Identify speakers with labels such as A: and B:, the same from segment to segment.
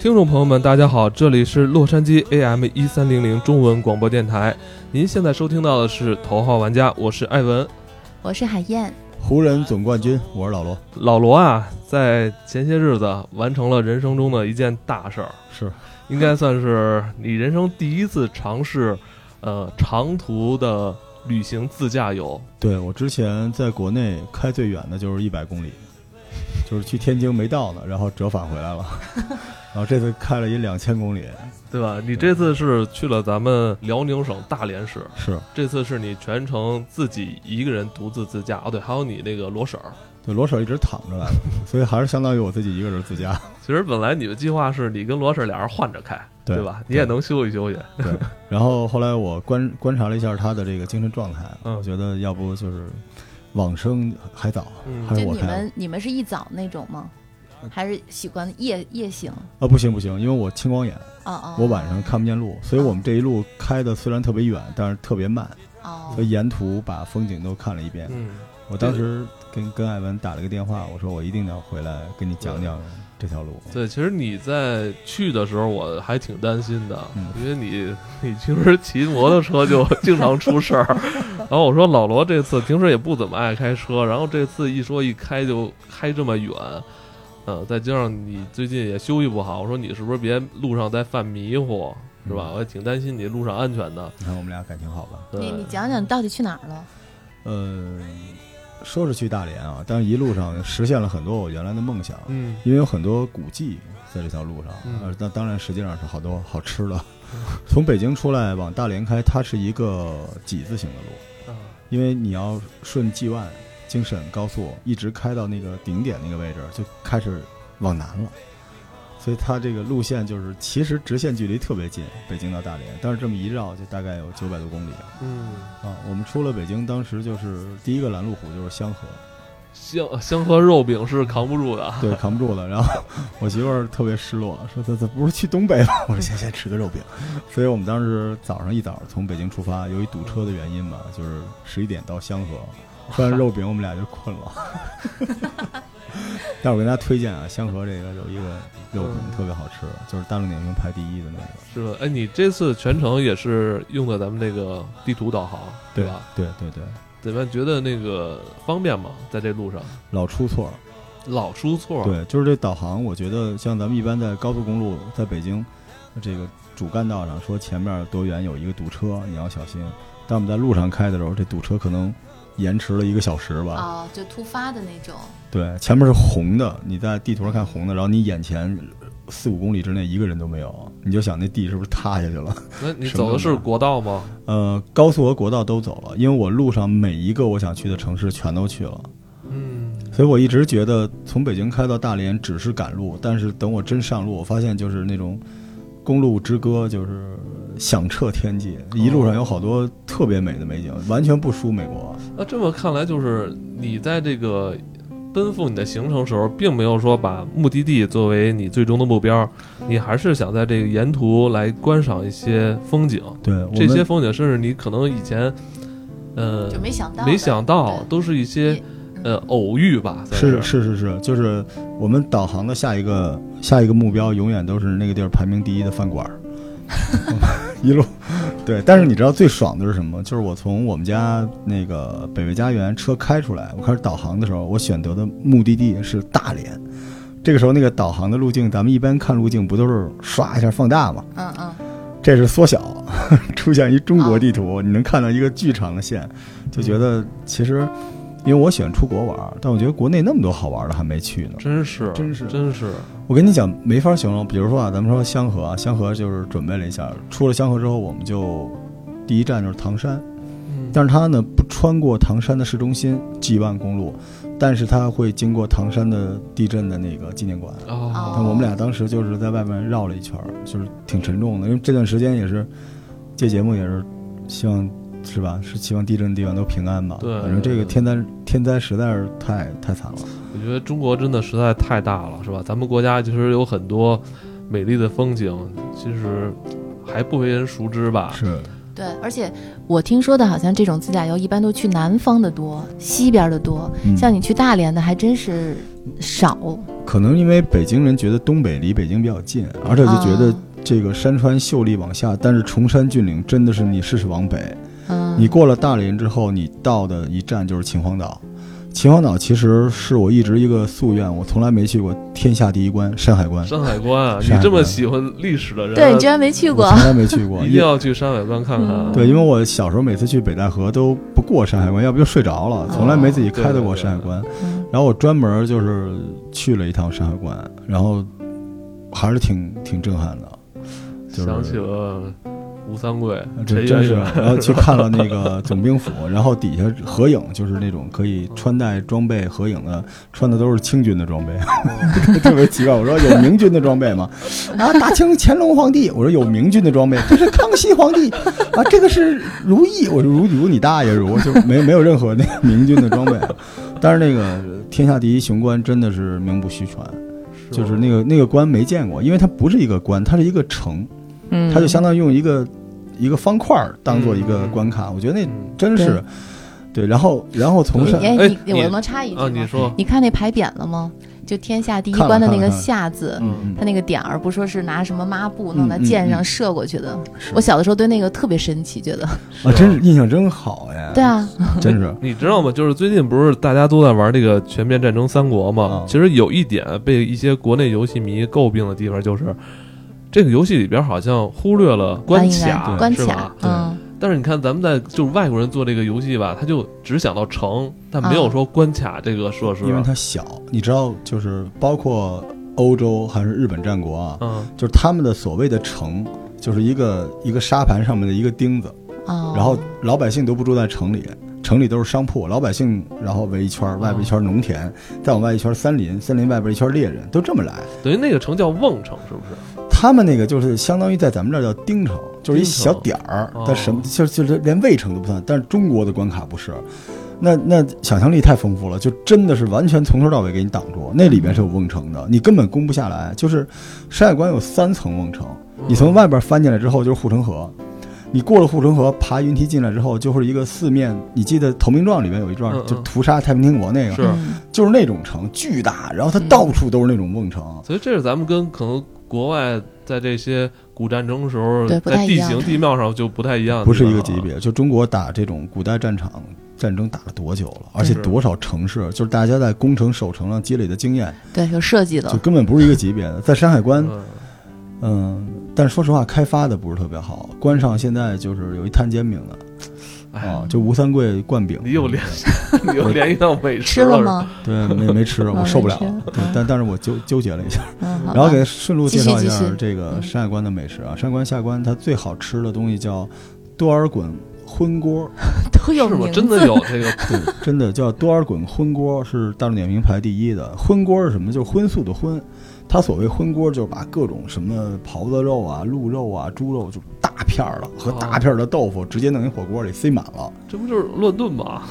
A: 听众朋友们，大家好，这里是洛杉矶 AM 一三零零中文广播电台，您现在收听到的是《头号玩家》，我是艾文，
B: 我是海燕。
C: 湖人总冠军，我是老罗。
A: 老罗啊，在前些日子完成了人生中的一件大事儿，
C: 是
A: 应该算是你人生第一次尝试，呃，长途的旅行自驾游。
C: 对我之前在国内开最远的就是一百公里，就是去天津没到呢，然后折返回来了，然后这次开了一两千公里，
A: 对吧？你这次是去了咱们辽宁省大连市，
C: 是
A: 这次是你全程自己一个人独自自驾哦，对，还有你那个罗婶儿。
C: 对罗婶一直躺着来的，所以还是相当于我自己一个人自驾。
A: 其实本来你的计划是你跟罗婶俩人换着开，
C: 对
A: 吧？你也能休息休息。
C: 对，然后后来我观观察了一下他的这个精神状态，
A: 嗯
C: 我觉得要不就是往生还早，
A: 嗯
C: 还是
B: 就
C: 哎我
B: 你
C: 开吧。
B: 们你们是一早那种吗？还是喜欢夜夜行？
C: 啊，不行不行，因为我青光眼，
B: 哦哦，
C: 我晚上看不见路，所以我们这一路开的虽然特别远，但是特别慢，
B: 哦
C: 所，以沿途把风景都看了一遍。
A: 嗯，
C: 我当时跟跟艾文打了个电话，我说我一定要回来跟你讲讲这条路。
A: 对，其实你在去的时候我还挺担心的，
C: 嗯
A: 因为你你平时骑摩托车就经常出事儿， 然后我说老罗这次平时也不怎么爱开车，然后这次一说一开就开这么远，呃，再加上你最近也休息不好，我说你是不是别路上再犯迷糊，是吧？
C: 嗯
A: 我也挺担心你路上安全的。
C: 你看我们俩感情好吧？
A: 对
B: 你你讲讲到底去哪儿了？
C: 呃，说是去大连啊，但是一路上实现了很多我原来的梦想，
A: 嗯，
C: 因为有很多古迹在这条路上
A: 嗯，
C: 呃，那当然实际上是好多好吃的。从北京出来往大连开，它是一个几字形的路，
A: 啊
C: 因为你要顺 G 万京沈高速一直开到那个顶点那个位置，就开始往南了。所以它这个路线就是，其实直线距离特别近，北京到大连，但是这么一绕就大概有九百多公里
A: 嗯，
C: 啊。我们出了北京，当时就是第一个拦路虎就是香河，
A: 香呃香河肉饼是扛不住的。
C: 对，扛不住了。然后我媳妇儿特别失落，说：“咱咱不是去东北吗？”我说：“先先吃个肉饼。”所以我们当时早上一早从北京出发，由于堵车的原因嘛，就是十一点到香河，吃完肉饼我们俩就困了。 但是我跟大家推荐啊，香河这个有一个肉饼特别好吃，就是大众点评排第一的那个。
A: 是吧？哎，你这次全程也是用的咱们那个地图导航，对吧？
C: 对对对，
A: 怎么样？觉得那个方便吗？在这路上
C: 老出错。
A: 老出错，，
C: 对，就是这导航，我觉得像咱们一般在高速公路，在北京这个主干道上说前面多远有一个堵车，你要小心。但我们在路上开的时候，这堵车可能延迟了一个小时吧。
B: 哦，就突发的那种。
C: 对，前面是红的，你在地图上看红的，然后你眼前四五公里之内一个人都没有，你就想那地是不是塌下去了？
A: 那你
C: 什么
A: 走的是国道吗？
C: 呃，高速和国道都走了，因为我路上每一个我想去的城市全都去了。
A: 嗯，
C: 所以我一直觉得从北京开到大连只是赶路，但是等我真上路，我发现就是那种公路之歌，就是响彻天际。一路上有好多特别美的美景，完全不输美国。
A: 那这么看来，就是你在这个奔赴你的行程时候，并没有说把目的地作为你最终的目标，你还是想在这个沿途来观赏一些风景。
C: 对，我们
A: 这些风景，甚至你可能以前，呃，
B: 就没想到的，
A: 没想到，
B: 对
A: 都是一些
B: 也
A: 呃偶遇吧，算
C: 是是是是，就是我们导航的下一个下一个目标，永远都是那个地儿排名第一的饭馆儿。一路，对，但是你知道最爽的是什么？就是我从我们家那个北魏家园车开出来，我开始导航的时候，我选择的目的地是大连。这个时候，那个导航的路径，咱们一般看路径不都是刷一下放大吗？
B: 嗯嗯，
C: 这是缩小， 出现一中国地图，你能看到一个巨长的线，就觉得其实，因为我喜欢出国玩，但我觉得国内那么多好玩的还没去呢。
A: 真是
C: 真是
A: 真是，
C: 我跟你讲，没法形容。比如说啊，咱们说香河啊，香河就是准备了一下，出了香河之后，我们就第一站就是唐山，
A: 嗯
C: 但是它呢不穿过唐山的市中心 G 万公路，但是它会经过唐山的地震的那个纪念馆。
A: 哦
C: 但我们俩当时就是在外面绕了一圈儿，就是挺沉重的，因为这段时间也是，这节目也是希望是吧？是希望地震地方都平安吧。
A: 对
C: 反正这个天灾天灾实在是太太惨了。
A: 我觉得中国真的实在太大了，是吧？咱们国家其实有很多美丽的风景，其实还不为人熟知吧。
C: 是，
B: 对，而且我听说的，好像这种自驾游一般都去南方的多，西边的多。
C: 嗯
B: 像你去大连的还真是少，
C: 可能因为北京人觉得东北离北京比较近，而且就觉得
B: 啊
C: 这个山川秀丽往下，但是崇山峻岭真的是你试试往北，
B: 嗯，
C: 你过了大连之后，你到的一站就是秦皇岛。秦皇岛其实是我一直一个夙愿，我从来没去过天下第一关山海关，
A: 山海关啊，你
C: 山海
A: 这么
C: 关
A: 喜欢历史的人，啊
B: 对你居然没去
C: 我
B: 过，
C: 从来没 去过。
A: 一定要去山海关看看啊。
B: 嗯
C: 对，因为我小时候每次去北戴河都不过山海关，要不就睡着了，从来没自己开到过山海关。
B: 嗯
C: 然后我专门就是去了一趟山海关，然后还是挺挺震撼的，就是啊
A: 想起了吴三桂、
C: 这
A: 呃陈
C: 真
A: 圆
C: 是，
A: 圆，
C: 然后去看了那个总兵府，然后底下合影，就是那种可以穿戴装备合影的，穿的都是清军的装备， 特别奇怪。我说有明军的装备吗？啊，大清乾隆皇帝，我说有明军的装备，这是康熙皇帝啊，这个是如意，我说如如你大爷如，就没没有任何那个明军的装备。啊但是那个天下第一雄关真的是名不虚传，就是那个那个关没见过，因为它不是一个关，它是一个城。
B: 嗯，
C: 它就相当于用一个一个方块儿当做一个关卡，我觉得那
A: 嗯
C: 真是对。然后，然后从
A: 对
C: 上
B: 你
A: 哎
B: 哎
A: 你
B: 你我能插一句
A: 啊，
B: 吗？
A: 你说，
B: 你看那牌匾了吗？就天下第一
C: 看了
B: 关的那
C: 看了
B: 个“
C: 看了
B: 下”字，
C: 嗯
B: 它那个点儿不说是拿什么抹布弄在
C: 嗯嗯
B: 箭上
C: 嗯
B: 射过去的。
C: 是
B: 我小的时候对那个特别神奇，觉得
C: 啊，真是印象真好 呀！
B: 对，啊，
C: 真是
A: 你知道吗？就是最近不是大家都在玩那个《全面战争三国》吗
C: 啊？
A: 其实有一点被一些国内游戏迷诟病的地方就是。这个游戏里边好像忽略了关
B: 应
A: 卡，
B: 该啊关
A: 是
B: 卡
A: 吧？，
C: 对
B: 嗯，
A: 但是你看，咱们在就是外国人做这个游戏吧，他就只想到城，但没有
B: 啊
A: 说关卡这个设施。
C: 因为它小，你知道，就是包括欧洲还是日本战国啊，
A: 嗯，
C: 就是他们的所谓的城，就是一个一个沙盘上面的一个钉子，
B: 哦，
C: 然后老百姓都不住在城里。城里都是商铺，老百姓然后围一圈儿，外边一圈儿农田，再往外一圈儿森林，森林外边一圈儿猎人，都这么来。
A: 等于那个城叫瓮城，是不是？
C: 他们那个就是相当于在咱们这儿叫丁城，就是一小点儿
A: 丁城，
C: 但什么
A: 哦
C: 就就是连卫城都不算，但是中国的关卡不是。那那想象力太丰富了，就真的是完全从头到尾给你挡住。那里边是有瓮城的，你根本攻不下来。就是山海关有三层瓮城，
A: 嗯
C: 你从外边翻进来之后就是护城河，你过了护城河爬云梯进来之后就是一个四面。你记得《投名状》里面有一段
A: 嗯嗯
C: 就屠杀太平天国那个，
A: 是
B: 嗯
C: 就是那种城，巨大，然后它
B: 嗯
C: 到处都是那种瓮城。
A: 所以这是咱们跟可能国外在这些古战争时候，
B: 对不太
A: 在地
B: 一样
A: 形地貌上就不太一样，
C: 不是一个
A: 啊
C: 级。别。就中国打这种古代战场战争打了多久了，而且
A: 是
C: 多少城市，就是大家在攻城守城上积累的经验，
B: 对，有设计的
C: 就，根本不是一个级别的。在山海关，
A: 嗯，
C: 嗯，但是说实话，开发的不是特别好。关上现在就是有一摊煎饼的
A: 哎呀
C: 啊，就吴三桂灌饼，嗯
A: 你又联， 你又联系到美
B: 吃
A: 了
B: 了
A: 是？
B: 吗？
C: 对没没吃，我受不了
B: 没吃。
C: 对，但但是我纠纠结了一下，
B: 嗯，啊好吧
C: 然后给顺路介绍一
B: 继续继
C: 下
B: 续
C: 这个
B: 嗯
C: 山海关的美食啊，山海关下关它最好吃的东西叫多尔衮荤锅。
B: 都有
A: 是吗
B: 名？
A: 真
B: 字
A: 的有这个
C: 对，真的叫多尔衮荤锅是大众点评排第一的。荤锅是什么？就是荤素的荤。它所谓荤锅，就是把各种什么狍子肉啊、鹿肉啊、猪肉，就大片儿了和大片儿的豆腐，直接弄一火锅里塞满了。
A: 这不就是乱炖吗？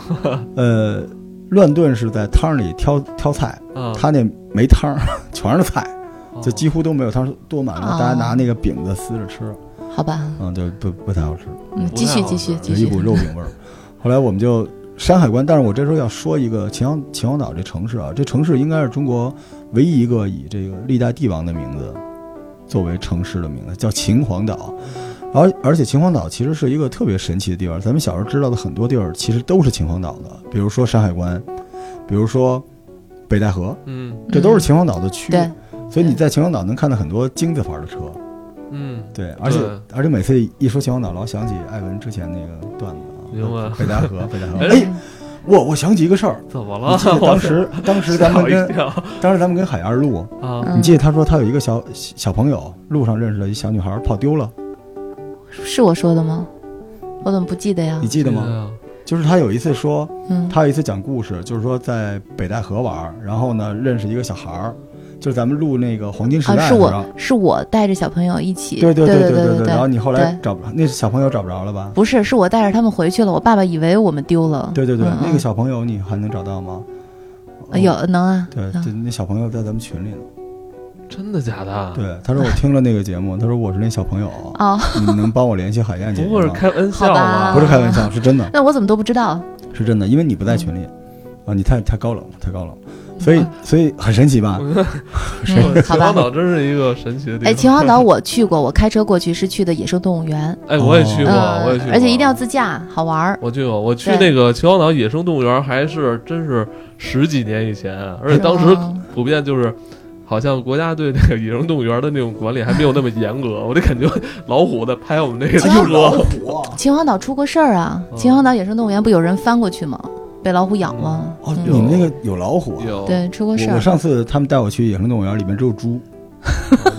C: 呃，乱炖是在汤里挑挑菜，
A: 啊，
C: 它那没汤儿， 全是菜，
A: 哦
C: 就几乎都没有汤，多满了，
B: 哦
C: 大家拿那个饼子撕着吃，
B: 好吧？
C: 嗯，就不不太好吃。
B: 嗯，
A: 不
B: 继
A: 太
B: 续
A: 好
B: 继续
A: 吃
B: 继
C: 有
B: 续，
C: 一
B: 嗯
C: 股肉饼味儿。后来我们就山海关，但是我这时候要说一个秦皇秦皇岛这城市啊，这城市应该是中国唯一一个以这个历代帝王的名字作为城市的名字，叫秦皇岛。而而且秦皇岛其实是一个特别神奇的地方，咱们小时候知道的很多地儿其实都是秦皇岛的，比如说山海关，比如说北戴河，
A: 嗯
C: 这都是秦皇岛的区。
B: 对，
C: 所以你在秦皇岛能看到很多金字牌的车。
A: 嗯，
C: 对，而且
A: 对
C: 而且每次一说秦皇岛，老想起艾文之前那个段子啊，
A: 明白
C: 北戴河，北戴河。
A: 哎
C: 哎，我我想起一个事儿，
A: 怎么了
C: 你记？得
A: 我
C: 当时当时咱
A: 吓
C: 们
A: 我一
C: 跟
A: 跳
C: 当时咱们跟海二路，
A: 啊！
B: 嗯
C: 你记得他说他有一个小小朋友路上认识了一小女孩跑丢
B: 嗯
C: 了，
B: 是我说的吗？我怎么不记得呀
C: 你？记得吗？
A: 啊
C: 就是他有一次说，
B: 嗯，
C: 他有一次讲故事，就是说在北戴河玩儿，然后呢认识一个小孩儿，就是咱们录那个黄金时
B: 啊，
C: 代
B: 是
C: 的时候
B: 我。是我带着小朋友一起，
C: 对
B: 对
C: 对
B: 对
C: 对
B: 对
C: 然后你后来
B: 对
C: 找不着，那小朋友找不着了吧？
B: 不是，是我带着他们回去了，我爸爸以为我们丢了。
C: 对对对，
B: 嗯
C: 那个小哦朋友你还能找到吗？
B: 嗯有能啊，
C: 对，
B: 能
C: 对，那小朋友在咱们群里呢。
A: 真的假
B: 啊
A: 的？
C: 对，他说我听了那个节目，他说我是那小朋友，
B: 哦，
C: 你们能帮我联系海燕姐
A: 不
C: 姐
A: 会是
C: 吗？
A: 开玩笑吧？
B: 好吧
C: 不是开玩笑，是真的，
B: 那我怎么都不知道？
C: 是真的，因为你不在群里
B: 嗯
C: 啊，你太太高冷了，太高冷了，所以所以很神奇吧？
B: 嗯，好
A: 秦皇
B: 吧。
A: 岛真是一个神奇的地方。
B: 哎，秦皇岛我去过，我开车过去是去的野生动物 园，
A: 哎，
C: 哦
A: 我也去过，
B: 嗯
A: 我也去过，
B: 而且一定要自驾，好玩儿。
A: 我去过，我去
B: 对
A: 那个秦皇岛野生动物园，还是真是十几年以前，而且当
B: 是
A: 时
B: 吗
A: 普遍就是，好像国家对那个野生动物园的那种管理还没有那么严格，我就感觉老虎在拍我们那个
B: 哎呦
A: 车，
C: 虎
B: 秦皇岛出过事儿啊！
A: 嗯
B: 秦皇岛野生动物园不有人翻过去吗？被老虎咬吗？
C: 哦，
B: 嗯
C: 你们那个有老虎啊？
A: 有
B: 对，出过事
C: 我我
B: 儿。
C: 上次他们带我去野生动物园，里面只有 猪，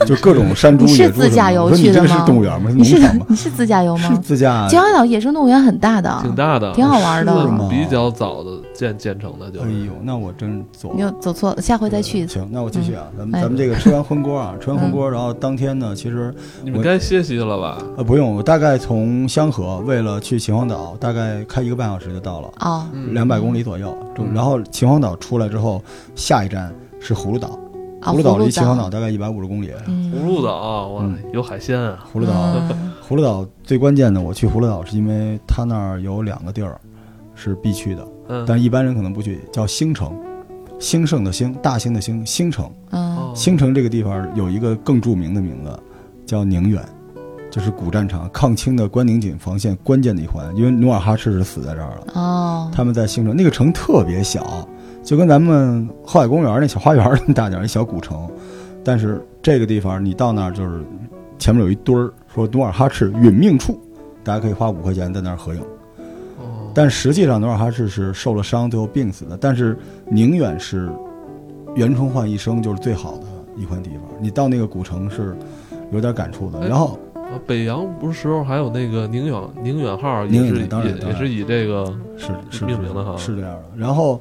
C: 就各种山猪、
B: 你是
C: 野猪什么的
B: 自驾游
C: 我说
B: 去
C: 你这
B: 的
C: 个
B: 吗
C: 是动物园吗？是
B: 你是
C: 农场吗？
B: 你是自驾游
C: 是
B: 吗？
C: 自驾。
B: 秦皇岛野生动物园很大的，啊
A: 挺大的，
B: 挺好玩的。
C: 是吗
A: 比较早的建建成的，就
C: 哎
A: 是
C: 呦，那我真走
B: 你。又走错了，下回哦再去一次。
C: 行，那我继续啊，咱
B: 哎嗯
C: 们咱们这个吃完荤锅啊，吃完荤锅，然后当天呢，其实
A: 你们该歇息了吧？
C: 呃不用，我大概从香河为了去秦皇岛，大概开一个半小时就到了，
B: 哦，
A: 嗯
C: 两百公里左右。就
A: 嗯
C: 然后秦皇岛出来之后，下一站是葫芦岛，
B: 啊，
C: 葫芦
B: 岛
C: 离秦皇岛，大概一百五十公里。
B: 嗯，
A: 嗯葫芦岛，啊哇
C: 嗯，
A: 有海鲜啊！
C: 葫芦岛
B: 嗯
C: 葫芦岛最关键的，我去葫芦岛是因为它那儿有两个地儿是必去的，
A: 嗯，
C: 但一般人可能不去，叫兴城，兴盛的兴，大兴的兴，兴城。
B: 嗯
A: 哦
C: 兴城这个地方有一个更著名的名字，叫宁远，就是古战场抗清的关宁锦防线关键的一环，因为努尔哈赤是死在这儿了。
B: 哦，
C: 他们在兴城那个城特别小，就跟咱们后海公园那小花园那么大点儿，一小古城。但是这个地方你到那儿就是前面有一堆儿，说努尔哈赤殒命处，大家可以花五块钱在那儿合影。
A: 哦
C: 但实际上努尔哈赤是受了伤，最后病死的。但是宁远是袁崇焕一生就是最好的一块地方，你到那个古城是有点感触的。
A: 哎
C: 然后
A: 啊北洋不是时候还有那个宁远宁远号，也
C: 宁远
A: 是
C: 当然
A: 也
C: 当
A: 也
C: 然
A: 是以这个
C: 是是
A: 命名的哈
C: 是这样的。然后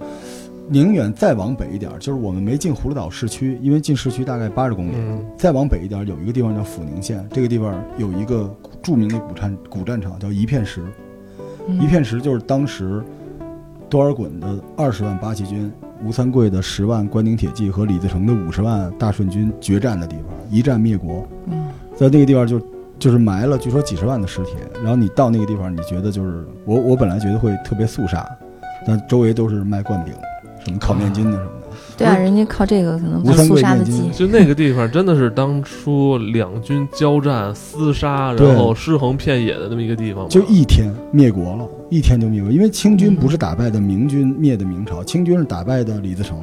C: 宁远再往北一点，就是我们没进葫芦岛市区，因为进市区大概八十公里。
A: 嗯
C: 再往北一点有一个地方叫阜宁县，这个地方有一个著名的古战古战场叫一片石，
B: 嗯
C: 一片石就是当时多尔衮的二十万八旗军、吴三桂的十万关宁铁骑和李自成的五十万大顺军决战的地方，一战灭国。
B: 嗯
C: 在那个地方就就是埋了据说几十万的尸体，然后你到那个地方，你觉得就是我我本来觉得会特别肃杀，但周围都是卖灌饼、什么烤面筋的什么的。
B: 对啊，人家靠这个可能
C: 吴
B: 不
C: 三
B: 肃
C: 桂
B: 杀的
C: 面
B: 鸡，
C: 筋
A: 就那个地方真的是当初两军交战厮杀，
C: 对
A: 然后尸横遍野的那么一个地方吗，
C: 就一天灭国了，一天就灭国，因为清军不是打败的明军灭的明朝，清军是打败的李自成，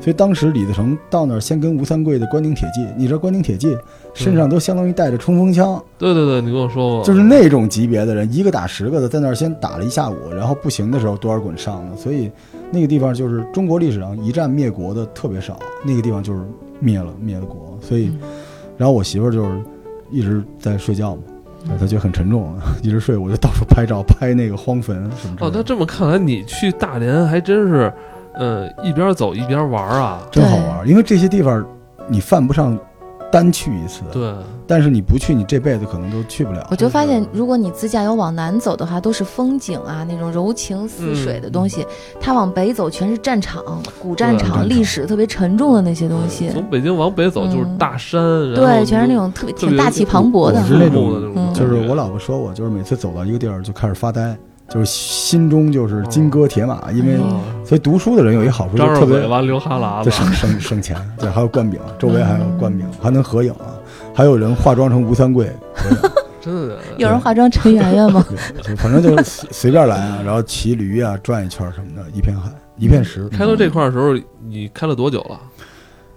C: 所以当时李自成到那儿先跟吴三桂的关宁铁骑，你知道关宁铁骑身上都相当于带着冲锋枪，
A: 对对对，你跟我说过，
C: 就是那种级别的人，一个打十个的，在那儿先打了一下午，然后不行的时候多尔衮上了，所以那个地方就是中国历史上一战灭国的特别少，那个地方就是灭了灭了国，所以
B: 嗯
C: 然后我媳妇儿就是一直在睡觉嘛，
A: 嗯
C: 她觉得很沉重，啊 一直睡，我就到处拍照，拍那个荒坟什么之
A: 哦，那
C: 类的，
A: 这么看来，你去大连还真是，呃，一边走一边玩啊。
C: 真好玩儿。因为这些地方你犯不上单去一次，
A: 对，
C: 但是你不去，你这辈子可能都去不了
B: 我。就发现，如果你自驾游往南走的话，都是风景啊，那种柔情似水的东西；它往北走，全是战场、古嗯战
A: 对
C: 战
B: 场、嗯
C: 场
B: 历史特别沉重的那些东西。
A: 从北京往北走就是
B: 嗯
A: 大山，然后
B: 对，全是那种特别
A: 特
B: 挺
A: 别
B: 大气磅礴的
C: 我
B: 哈
C: 是。那种
A: 肃穆的那种
B: 嗯
A: 感觉，
C: 就是我老婆说我，就是每次走到一个地儿就开始发呆，就是心中就是金戈铁马，因为
B: 嗯
A: 啊
C: 所以读书的人有一好处就
A: 张
C: 特
A: 着
C: 别
A: 嘴巴流哈喇
C: 就
A: 子，
C: 省省省钱，对，还有灌饼，周围还有灌饼，
B: 嗯
C: 还能合影啊，还有人化妆成吴三桂合影。
A: 真的
B: 有人化妆成圆圆吗？
C: 对，就反正就是随 随便来啊，然后骑驴啊，转一圈儿什么的，一片海，一片石。
A: 开到这块儿的时候，你开了多久了？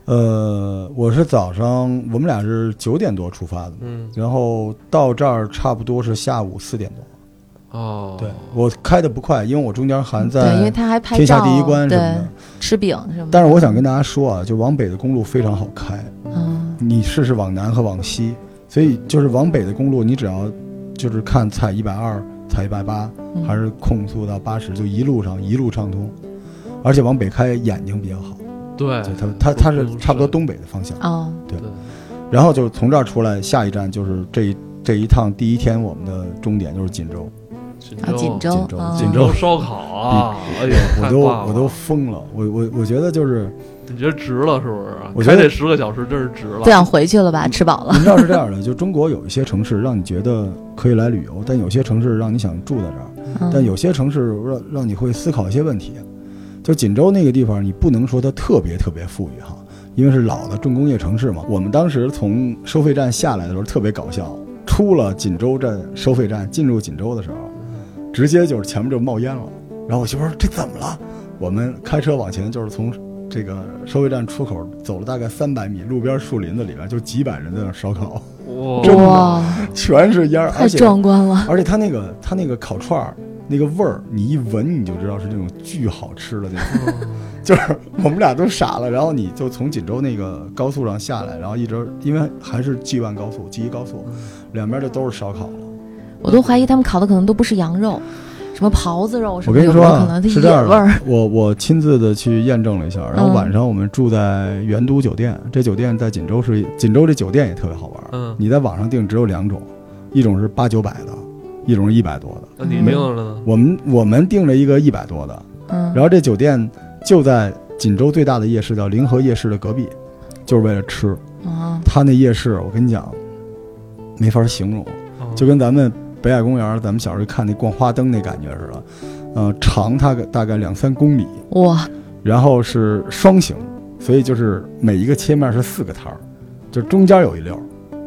C: 呃，我是早上，我们俩是九点多出发的嘛，
A: 嗯，
C: 然后到这儿差不多是下午四点多。
A: 哦，
C: 对我开的不快，因为我中间还
B: 对，因为
C: 在
B: 他还拍照。
C: 天下第一关什么
B: 对
C: 的，。
B: 吃饼什么的。
C: 但是我想跟大家说啊，就往北的公路非常好开，
B: 嗯，
C: 你试试往南和往西，所以就是往北的公路，你只要就是看踩一百二、踩一百八，
B: 嗯
C: 还是控速到八十，就一路上一路畅通，而且往北开眼睛比较好，
A: 对
C: 就，它它它是差不多东北的方向。
B: 哦，
A: 对，
C: 然后就从这儿出来，下一站就是这一这一趟第一天我们的终点就是锦州，
A: 锦
B: 啊，锦
A: 州
B: 州
C: 锦州
B: 啊，
C: 锦
A: 锦
C: 州
A: 州烧烤啊，哎呦，
C: 嗯我
A: 太
C: 都
A: 棒了
C: 我都疯了，我我我觉得就是，
A: 你觉得值了是不是？
C: 我觉得
A: 开这十个小时真是值了
B: 不。想回去了
C: 嗯
B: 吧？吃饱 了
C: 你知道是这样的，就中国有一些城市让你觉得可以来旅游，但有些城市让你想住在这儿，
B: 嗯
C: 但有些城市让让你会思考一些问题。就锦州那个地方，你不能说它特别特别富裕哈，因为是老的重工业城市嘛。我们当时从收费站下来的时候特别搞笑，出了锦州站收费站，进入锦州的时候，
B: 嗯
C: 直接就是前面就冒烟了。然后我媳妇儿说这怎么了？我们开车往前，就是从这个收费站出口走了大概三百米，路边树林子里边就几百人在那儿烧烤， 真的
A: 哇，
B: 哇，
C: 全是烟儿，
B: 太
C: 而且
B: 壮观了，
C: 而且它那个它那个烤串儿那个味儿，你一闻你就知道是那种巨好吃的那种。 就是我们俩都傻了，然后你就从锦州那个高速上下来，然后一直因为还是 G 万高速、G 一高速，两边就都是烧烤了。
B: 我都怀疑他们烤的可能都不是羊肉，什么狍子肉什
C: 我
B: 么，
C: 跟
B: 有
C: 你
B: 没
C: 说
B: 有可
C: 啊
B: 能，它
C: 是
B: 野
C: 这样
B: 味儿
C: 的，我我亲自的去验证了一下，然后
B: 嗯
C: 晚上我们住在元都酒店，这酒店在锦州是锦州这酒店也特别好玩儿，
A: 嗯，
C: 你在网上订只有两种，一种是八九百的，一种是一百多的。
A: 那你定了呢？
C: 我们我们订了一个一百多的，
B: 嗯，
C: 然后这酒店就在锦州最大的夜市，叫临河夜市的隔壁，就是为了吃。
B: 啊，
C: 他那夜市，我跟你讲，没法形容，
A: 哦
C: 就跟咱们北海公园咱们小时候看那逛花灯那感觉似的。呃，长它个大概两三公里，
B: 哦哇，
C: 然后是双行，所以就是每一个切面是四个摊儿，就中间有一溜儿，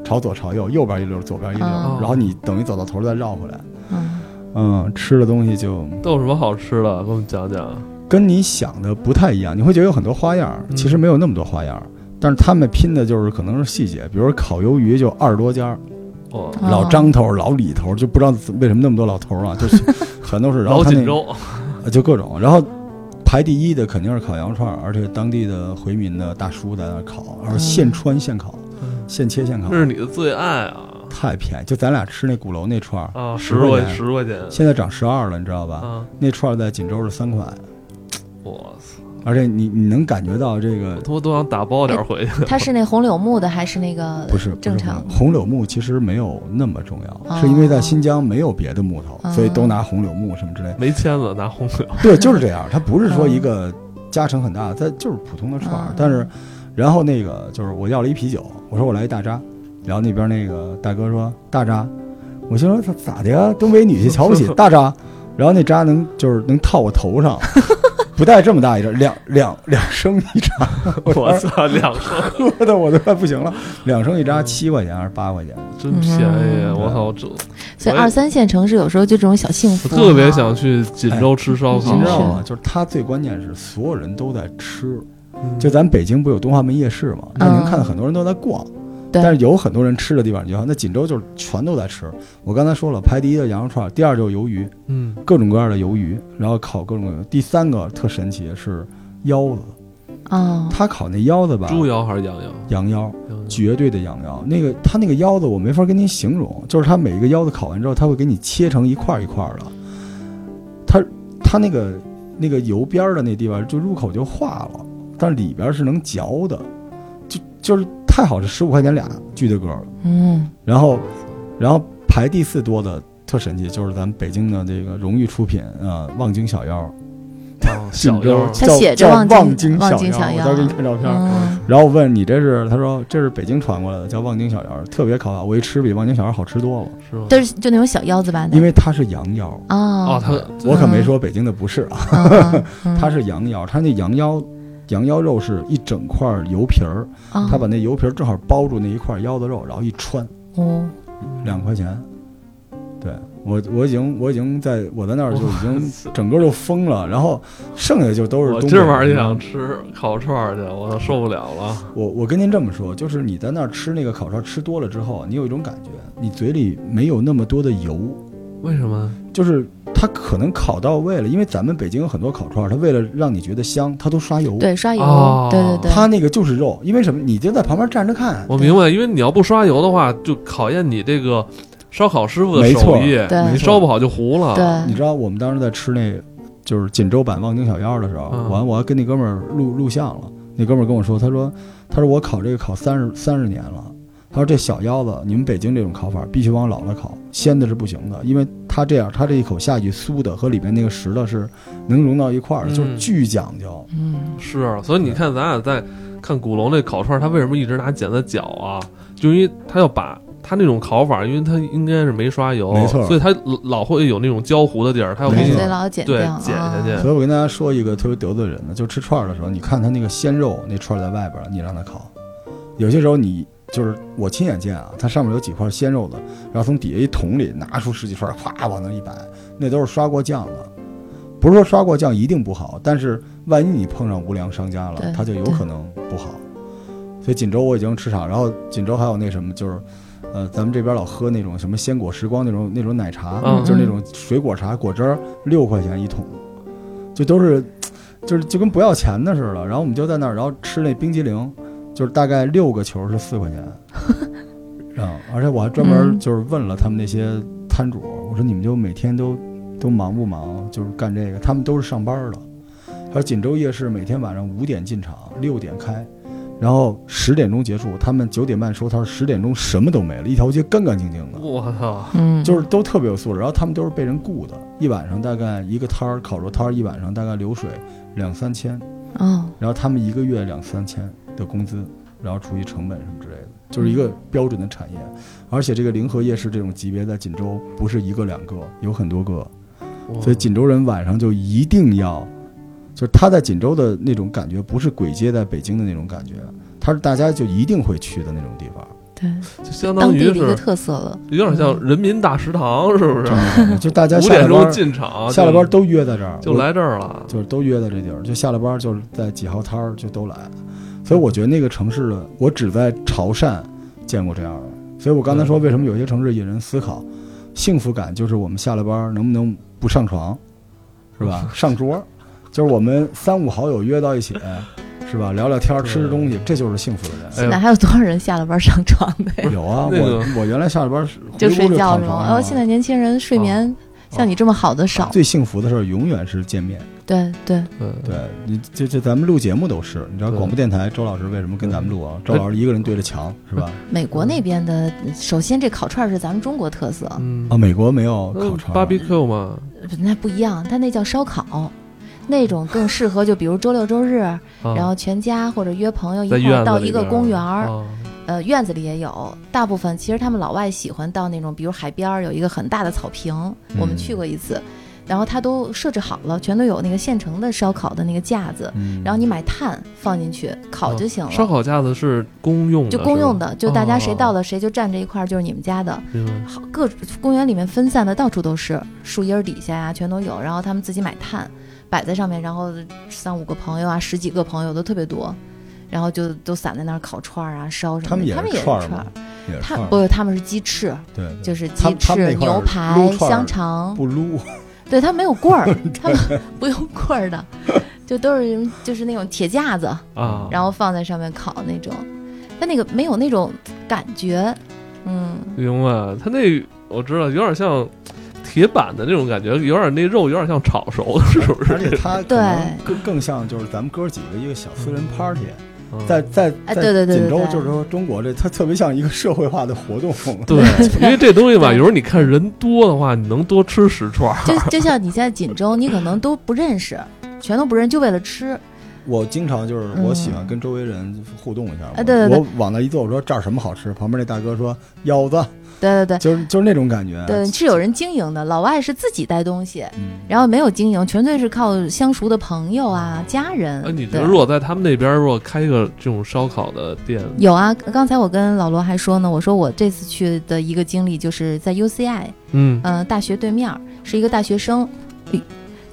C: 朝左朝右，右边一溜儿，左边一溜儿，
B: 哦
C: 然后你等于走到头儿再绕回来。
B: 嗯，
C: 嗯，吃的东西就
A: 都有什么好吃的？给我们讲讲。
C: 跟你想的不太一样，你会觉得有很多花样儿，
A: 嗯
C: 其实没有那么多花样儿。但是他们拼的就是可能是细节，比如说烤鱿鱼就二十多家儿，
A: 哦，
B: 哦
C: 老张头儿、老李头儿，就不知道为什么那么多老头儿啊，就是 全都是。然后
A: 老
C: 他那
A: 锦州，
C: 呃就各种，然后排第一的肯定是烤羊串儿，而且当地的回民的大叔在那儿烤，然后现穿现烤、
A: 嗯
C: 现切现烤
A: 这，是你的最爱啊！
C: 太便宜。就咱俩吃那鼓楼那串儿，
A: 啊，
C: 十
A: 十
C: 块
A: 块
C: 钱
A: 十块钱
C: 现在涨十二了，你知道吧？
A: 啊！
C: 那串儿在锦州是三块，
A: 我操，
C: 而且你你能感觉到这个
A: 我他妈都想打包点儿回去。
B: 它是那红柳木的还是那个
C: 不是
B: 正
C: 不是
B: 常
C: 红红柳木其实没有那么重要，
B: 哦
C: 是因为在新疆没有别的木头，
B: 哦
C: 所以都拿红柳木什么之类的。
A: 没签子拿红柳，
C: 对，就是这样，它不是说
B: 嗯
C: 一个加成很大，它就是普通的串儿
B: 嗯。
C: 但是，然后那个就是我要了一啤酒，我说我来一大扎，然后那边那个大哥说大扎，我心说他咋的呀？东北女婿瞧不起大扎，然后那扎能就是能套我头上，不带这么大一扎，两两两升一扎，
A: 我操，两个
C: 喝的我都快不行了，两升一扎
A: 嗯
C: 七块钱还是八块钱？
A: 真便宜！啊
B: 嗯
A: 我操，这
B: 所以
A: 我也
B: 二三线城市有时候就这种小幸
A: 我
B: 福，啊
A: 特别想。去锦州吃烧烤
C: 你知道
B: 是
C: 吗？就是它最关键是所有人都在吃，
A: 嗯，
C: 就咱北京不有东华门夜市嘛，那您看到很多人都在逛，
B: 对
C: 但是有很多人吃的地方，你就看那锦州就是全都在吃。我刚才说了，排第一的羊肉串，第二就是鱿鱼，
A: 嗯，
C: 各种各样的鱿鱼，然后烤各种各样的。第三个特神奇是腰子，
B: 啊，
C: 他烤那腰子吧，
A: 猪腰还是羊腰？
C: 羊腰，
A: 羊腰
C: 绝对的羊腰。那个他那个腰子我没法跟您形容，就是他每一个腰子烤完之后，他会给你切成一块儿一块儿的。他他那个那个油边儿的那地方就入口就化了，但是里边儿是能嚼的，就就是太好吃，十五块钱俩巨的个儿了。
B: 嗯，
C: 然后然后排第四多的特神奇，就是咱们北京的这个荣誉出品啊，望京小腰儿，
A: 哦 小
C: 锦州
A: 腰，
B: 它
C: 叫
B: 写着
C: 叫
B: 望京
C: 京
B: 望
C: 小
B: 京小
C: 腰，我
B: 腰
C: 到时候给你看照片儿。
B: 嗯
C: 然后我问你这是，他说这是北京传过来的，叫望京小腰，特别烤好，我一吃比望京小腰好吃多了，
A: 是吗？
B: 都是就那种小腰子吧的，
C: 因为它是羊腰。
A: 哦，
B: 啊，
A: 他
C: 我可没说北京的不是啊，
B: 啊嗯
C: 它是羊腰，它那羊腰。羊腰肉是一整块油皮儿，
B: 啊
C: 它把那油皮儿正好包住那一块腰子肉，然后一穿
B: 哦，
A: 嗯
C: 两块钱。对我，我已经我已经在我在那儿就已经整个就疯了，然后剩下就都是
A: 我
C: 东
A: 今
C: 北
A: 晚上就
C: 人
A: 想吃烤串儿去，我操，受不了了。
C: 我我跟您这么说，就是你在那儿吃那个烤串吃多了之后，你有一种感觉，你嘴里没有那么多的油，
A: 为什么？
C: 就是它可能烤到位了，因为咱们北京有很多烤串，它为了让你觉得香，它都刷油。，
B: 对，刷油，
A: 哦
B: 对对对，
C: 它那个就是肉，因为什么？你就在旁边站着看，哎
A: 我明白，因为你要不刷油的话，就考验你这个烧烤师傅的
C: 没
A: 手
C: 错
A: 艺，
B: 对
A: 你烧不好就糊了。
C: 你
B: 对，
C: 知道我们当时在吃那，就是锦州版望京小腰的时候，
A: 嗯
C: 完、我还跟那哥们儿录录像了。那哥们儿跟我说，他说他说我烤这个烤三十三十年了，他说这小腰子，你们北京这种烤法必须往老了烤，鲜的是不行的，因为它这样，它这一口下去，酥的和里面那个石头是能融到一块儿的，
A: 嗯
C: 就是巨讲究。
B: 嗯，
A: 是啊，所以你看咱俩在看古龙那烤串儿，他为什么一直拿剪子绞啊？就因为他要把他那种烤法，因为他应该是没刷油，
C: 没错
A: 所以他老老会有那种焦糊的地儿，他要给
C: 没
B: 还
A: 你
B: 是
C: 错
B: 得老剪
A: 对
B: 掉啊，
A: 剪下去
C: 所以我跟大家说一个特别得罪人的，就吃串儿的时候，你看他那个鲜肉那串儿在外边儿，你让他烤，有些时候你就是我亲眼见啊，它上面有几块鲜肉的，然后从底下一桶里拿出十几串儿，咵往那一摆，那都是刷过酱的。不是说刷过酱一定不好，但是万一你碰上无良商家了
B: 对，
C: 他就有可能不好。所以锦州我已经吃上，然后锦州还有那什么，就是，呃，咱们这边老喝那种什么鲜果时光那种那种奶茶，
A: 嗯
C: 就是那种水果茶果汁儿，六块钱一桶，就都是，就是就跟不要钱的似的。然后我们就在那儿，然后吃那冰激凌，就是大概六个球是四块钱，啊，而且我还专门
B: 嗯
C: 就是问了他们那些摊主，我说你们就每天都都忙不忙？就是干这个，他们都是上班的。还有锦州夜市每天晚上五点进场，六点开，然后十点钟结束，他们九点半收摊，十点钟什么都没了，一条街干干净净的。
A: 我操，
B: 嗯，
C: 就是都特别有素质，然后他们都是被人雇的，一晚上大概一个摊儿烤肉摊儿，一晚上大概流水两三千，
B: 哦，
C: 然后他们一个月两三千的工资，然后除以成本什么之类的，就是一个标准的产业。而且这个临河夜市这种级别在锦州不是一个两个，有很多个，
A: 哇
C: 所以锦州人晚上就一定要，就是他在锦州的那种感觉，不是鬼街在北京的那种感觉，他是大家就一定会去的那种地方。
B: 对，
A: 就相
B: 当
A: 当
B: 地
A: 于
B: 的一个嗯
A: 是
B: 特色了。
A: 有点像人民大食堂，是不是啊
C: 这？种感觉就大 家
A: 五
C: 下
A: 点
C: 了班
A: 钟
C: 儿，
A: 进场，
C: 下了班儿
A: 就
C: 都约在这儿，
A: 就来这儿了。
C: 就是都约在这地儿，就下了班儿就是在几号摊儿就都来，所以我觉得那个城市的，我只在潮汕见过这样的，所以我刚才说为什么有些城市引人思考，幸福感就是我们下了班儿能不能不上床，是吧？上桌，就是我们三五好友约到一起，是吧？聊聊天儿，吃吃东西，这就是幸福的人。
A: 哎
B: 现在还有多少人下了班上床的呀？
C: 有啊，
A: 那个
C: 我我原来下了班儿是
B: 就睡觉
C: 是
B: 是吗？哦，现在年轻人睡
A: 哦
B: 眠像你这么好的少，
C: 啊最幸福的事儿永远是见面。
B: 对对，
A: 嗯，
C: 对你这这咱们录节目都是，你知道
A: 对哎
C: 广播电台周老师为什么跟咱们录啊？周老师一个人对着墙是吧？
B: 美国那边的，首先这烤串是咱们中国特色，
A: 嗯
C: 啊，，美国没有烤串儿，
A: barbecue 嘛，
B: 那不一样，它那叫烧烤，那种更适合就比如周六周日，
A: 啊
B: 然后全家或者约朋友一
A: 在
B: 块
A: 院
B: 儿
A: 子
B: 到
A: 里
B: 一个
A: 边
B: 公园儿，
A: 啊
B: 呃，院子里也有。大部分其实他们老外喜欢到那种，比如海边儿有一个很大的草坪，我们
C: 嗯
B: 去过一次，然后它都设置好了，全都有那个现成的烧烤的那个架子，
C: 嗯，
B: 然后你买炭放进去烤就行了。
A: 哦烧烤架子是哦公用的，
B: 就公用的，就大家谁到
A: 了，
B: 了谁就站这一块儿，就是你们家的。
A: 明白
B: 好，各公园里面分散的到处都是，树荫儿底下呀、全都有。然后他们自己买炭摆在上面，然后三五个朋友啊，十几个朋友都特别多，然后就都散在那儿烤串儿啊、烧什
C: 他
B: 么的。
C: 们也
B: 他们
C: 是
B: 也是
C: 串
B: 串
C: 儿嘛
B: 儿，，
C: 也是
B: 他
C: 串儿
B: 不是他们是鸡翅，
C: 对，对
B: 就是
C: 他
B: 鸡
C: 他们
B: 翅、
C: 那块儿
B: 牛排
C: 撸、串儿
B: 香肠，
C: 不撸，
B: 对他们没有棍儿，他们不用棍 儿的，就都是就是那种铁架子，
A: 啊，
B: 嗯然后放在上面烤那种，但那个没有那种感觉，嗯，
A: 明白，它那我知道，有点像铁板的那种感觉，有点那肉有点像炒熟的，是不
C: 而且
A: 是？
C: 他
B: 对
C: 可能更更像就是咱们哥几个一个小私人 party，
A: 嗯
C: 在在
B: 哎对对对
C: 在
B: 对
C: 锦州
B: 对
C: 就是说中国这，它特别像一个社会化的活动，
A: 对， 因为这东西吧，
B: 对
A: 有时候你看人多的话，你能多吃十串儿。
B: 就就像你在锦州，你可能都不认识，全都不认识，就为了吃，
C: 我经常就是
B: 嗯
C: 我喜欢跟周围人互动一下，
B: 哎对对对
C: 我往那一坐，我说这儿什么好吃，旁边那大哥说腰子，
B: 对对对。
C: 就是就是那种感觉，
B: 对，是有人经营的，老外是自己带东西，
C: 嗯，
B: 然后没有经营，纯粹是靠相熟的朋友啊、家人。
A: 哎，你觉
B: 对
A: 得如果在他们那边，如果开一个这种烧烤的店，
B: 有啊？刚才我跟老罗还说呢，我说我这次去的一个经历就是在 UCI，
A: 嗯
B: 嗯、大学对面儿是一个大学生，呃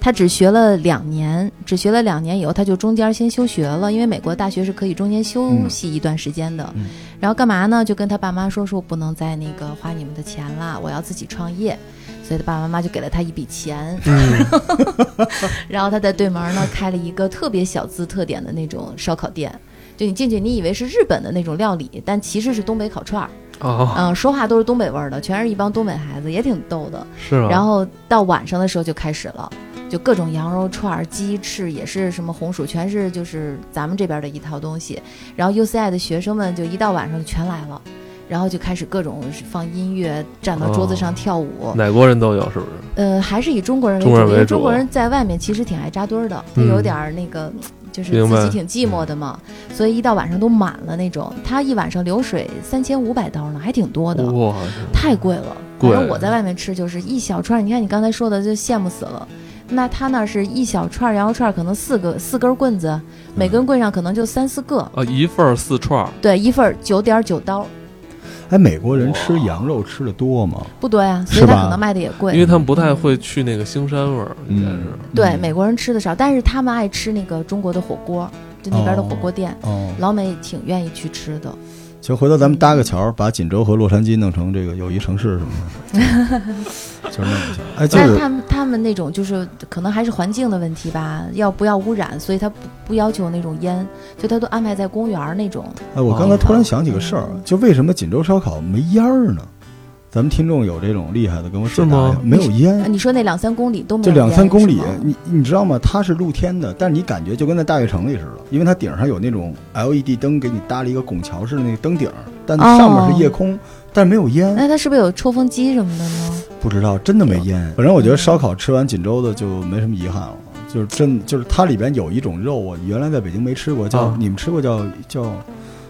B: 他只学了两年，只学了两年以后，他就中间先休学了，因为美国大学是可以中间休息一段时间的。
C: 嗯
B: 然后干嘛呢？就跟他爸妈说，说我不能再那个花你们的钱啦，我要自己创业。所以他爸爸妈妈就给了他一笔钱，
A: 嗯，
B: 然后他在对门儿呢开了一个特别小资特点的那种烧烤店。就你进去，你以为是日本的那种料理，但其实是东北烤串儿，
A: 哦，
B: 嗯、说话都是东北味儿的，全是一帮东北孩子，也挺逗的。
A: 是吗？
B: 嗯然后到晚上的时候就开始了，就各种羊肉串儿、鸡翅，也是什么红薯，全是就是咱们这边的一套东西。然后 UCI 的学生们就一到晚上就全来了，然后就开始各种放音乐，站到桌子上跳舞。
A: 哪国人都有是不是？
B: 呃，还是以中国人为
A: 哦中国
B: 主，
A: 人
B: 因为
A: 为主
B: 中国人在外面其实挺爱扎堆儿的，他
A: 嗯
B: 有点儿那个。就是
A: 明
B: 自
A: 白
B: 己挺寂寞的嘛，所以一到晚上都满了那种。他一晚上流水三千五百刀呢，还挺多的，
A: 哇，
B: 太贵了。
A: 贵
B: 反正我在外面吃就是一小串儿，你看你刚才说的就羡慕死了。那他那是一小串儿羊肉串儿，可能四个四根棍子，每根棍上可能就三四个，
A: 啊，一份儿四串儿，
B: 对，一份九点九刀，
C: 哎，美国人吃
A: 哇
C: 羊肉吃的多吗？
B: 不多呀，所
C: 是
B: 以他
C: 吧
B: 可能卖的也
A: 因
B: 贵
A: 为。他们不太会去那个腥膻味儿，应该是。
C: 嗯，
B: 对，美国人吃的少，但是他们爱吃那个中国的火锅，就那边的火锅店。
C: 哦，
B: 老美挺愿意去吃的，
C: 其实回头咱们搭个桥，把锦州和洛杉矶弄成这个友谊城市什么 的，就是弄一下。哎，就
B: 但是
C: 是
B: 他们他们那种就是可能还是环境的问题吧，要不要污染，所以他不不要求那种烟，就他都安排在公园儿那种。
C: 哎，我刚才突然想起个事儿，就为什么锦州烧烤没烟儿呢？咱们听众有这种厉害的，跟我解答
A: 是
C: 一
A: 吗
C: 下，没有烟。
B: 呃你说那两三公里都没
C: 就
B: 有
C: 两
B: 烟
C: 三公里
B: 是吗，
C: 你你知道吗？它是露天的，但是你感觉就跟在大悦城里似的，因为它顶上有那种 LED 灯，给你搭了一个拱桥式的那个灯顶儿，但上面是夜空，但是没有烟。
B: 那他是不是有抽风机什么的呢？
C: 不知道，真的没烟。反正我觉得烧烤吃完锦州的就没什么遗憾了，就是真就是它里边有一种肉，我原来在北京没吃过，叫、
A: 啊
C: 你们吃过叫叫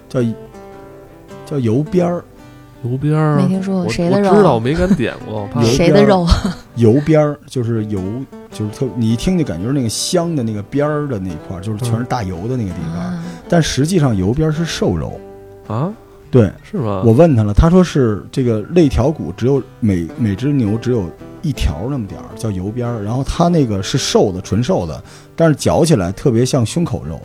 C: 叫叫油边儿，
A: 油边儿
B: 没，听说
A: 嗯我
B: 过谁
A: 我
B: 的肉？
A: 知道，我没敢点过，怕
C: 有
B: 谁的肉？
C: 油边儿就是油，就是特你一听就感觉是那个香的那个边儿的那一块儿，就是全是大油的那个地方。
B: 啊，
C: 但实际上油边儿是瘦肉。
A: 啊，
C: 对，
A: 是吗？
C: 我问他了，他说是这个肋条骨只有每每只牛只有一条那么点儿，叫油边儿。然后它那个是瘦的，纯瘦的，但是嚼起来特别像胸口肉，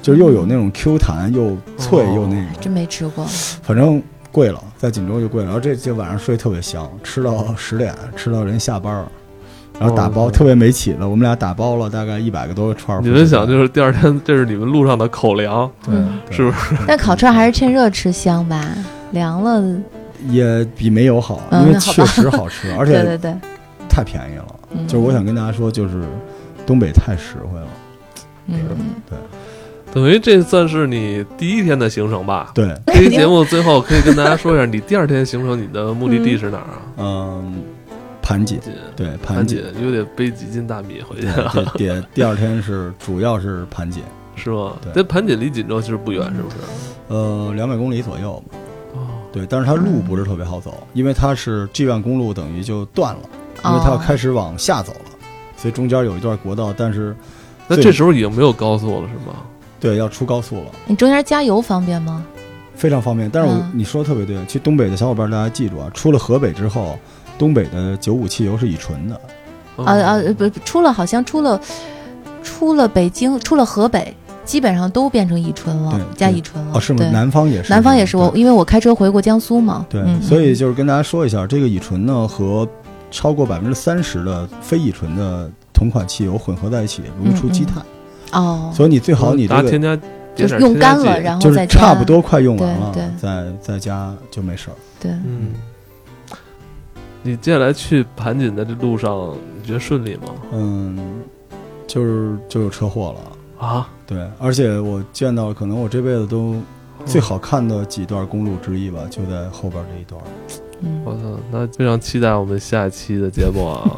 C: 就是又有那种 Q 弹，又脆
A: 嗯哦
C: 又那
B: 还
C: 个，
B: 真没吃过。
C: 反正贵了，在锦州就贵了。然后这这晚上睡特别香，吃到十点，吃到人下班儿，然后打包、
A: 哦
C: 特别没起了，我们俩打包了大概一百个多个串儿。
A: 你们想，就是第二天，这是你们路上的口粮，
C: 对
B: 嗯
C: 对
A: 是不是？
B: 但烤串还是趁热吃香吧，凉了。
C: 也比没有好，
B: 嗯
C: 因为
B: 那好
C: 确
B: 吧
C: 实好吃，而
B: 对
C: 且
B: 对对，
C: 太便宜了。
B: 嗯
C: 就是我想跟大家说，就是东北太实惠了。
B: 嗯，
A: 等于这算是你第一天的行程 吧？
C: 对，
A: 这期节目最后可以跟大家说一下，你第二天行程你的目的地是哪儿啊？
C: 嗯，盘锦，
A: 锦，
C: 对
A: 盘
C: 盘
A: 锦
C: 锦，，
A: 又得背几斤大米回去啊
C: 对，，第 第第二天是主要是盘锦，
A: 是吗
C: 对？
A: 这盘锦离锦州其实不远，
B: 嗯
A: 是不是？
C: 呃，两百公里左右吧。
A: 哦，
C: 对，但是它路
B: 嗯
C: 不是特别好走，因为它是 G 万公路等于就断了，因为它要
B: 哦，
C: 开始往下走了，所以中间有一段国道，但是
A: 那
C: 对
A: 这时候已经没有高速了，是吗？
C: 对要出高速了。
B: 你中间加油方便吗？
C: 非常方便。但是我、
B: 嗯
C: 你说的特别对，去东北的小伙伴大家记住啊，出了河北之后，东北的九五汽油是乙醇的，
B: 啊啊，
A: 哦
B: 不，不出了好像出了，出了北京，出了河北，基本上都变成乙醇了
C: 对，
B: 加
C: 对
B: 乙醇了。
C: 哦，是吗？
B: 对，
C: 南方也是，
B: 南方也是我，因为我开车回过江苏嘛。
C: 对，
B: 嗯、
C: 所以就是跟大家说一下，这个乙醇呢和超过百分之三十的非乙醇的同款汽油混合在一起，容易
B: 嗯
C: 出积碳，
B: 哦，
C: 所以你最好你
A: 大
C: 这
A: 家
C: 个
A: 添加
B: 就
A: 点
B: 是
A: 点
B: 用干
A: 添加
B: 了，
A: 剂
B: 然后
C: 就
B: 再
C: 是
B: 加
C: 差不多快用完
B: 对
C: 了
B: 对，
C: 再再加就没事儿。
B: 对。
A: 嗯。你接下来去盘锦的这路上，你觉得顺利吗？
C: 嗯，就是就有车祸了，
A: 啊，
C: 对，而且我见到可能我这辈子都
A: 嗯
C: 最好看的几段公路之一吧，就在后边这一段。
B: 嗯
A: 哦我操，那非常期待我们下一期的节目啊！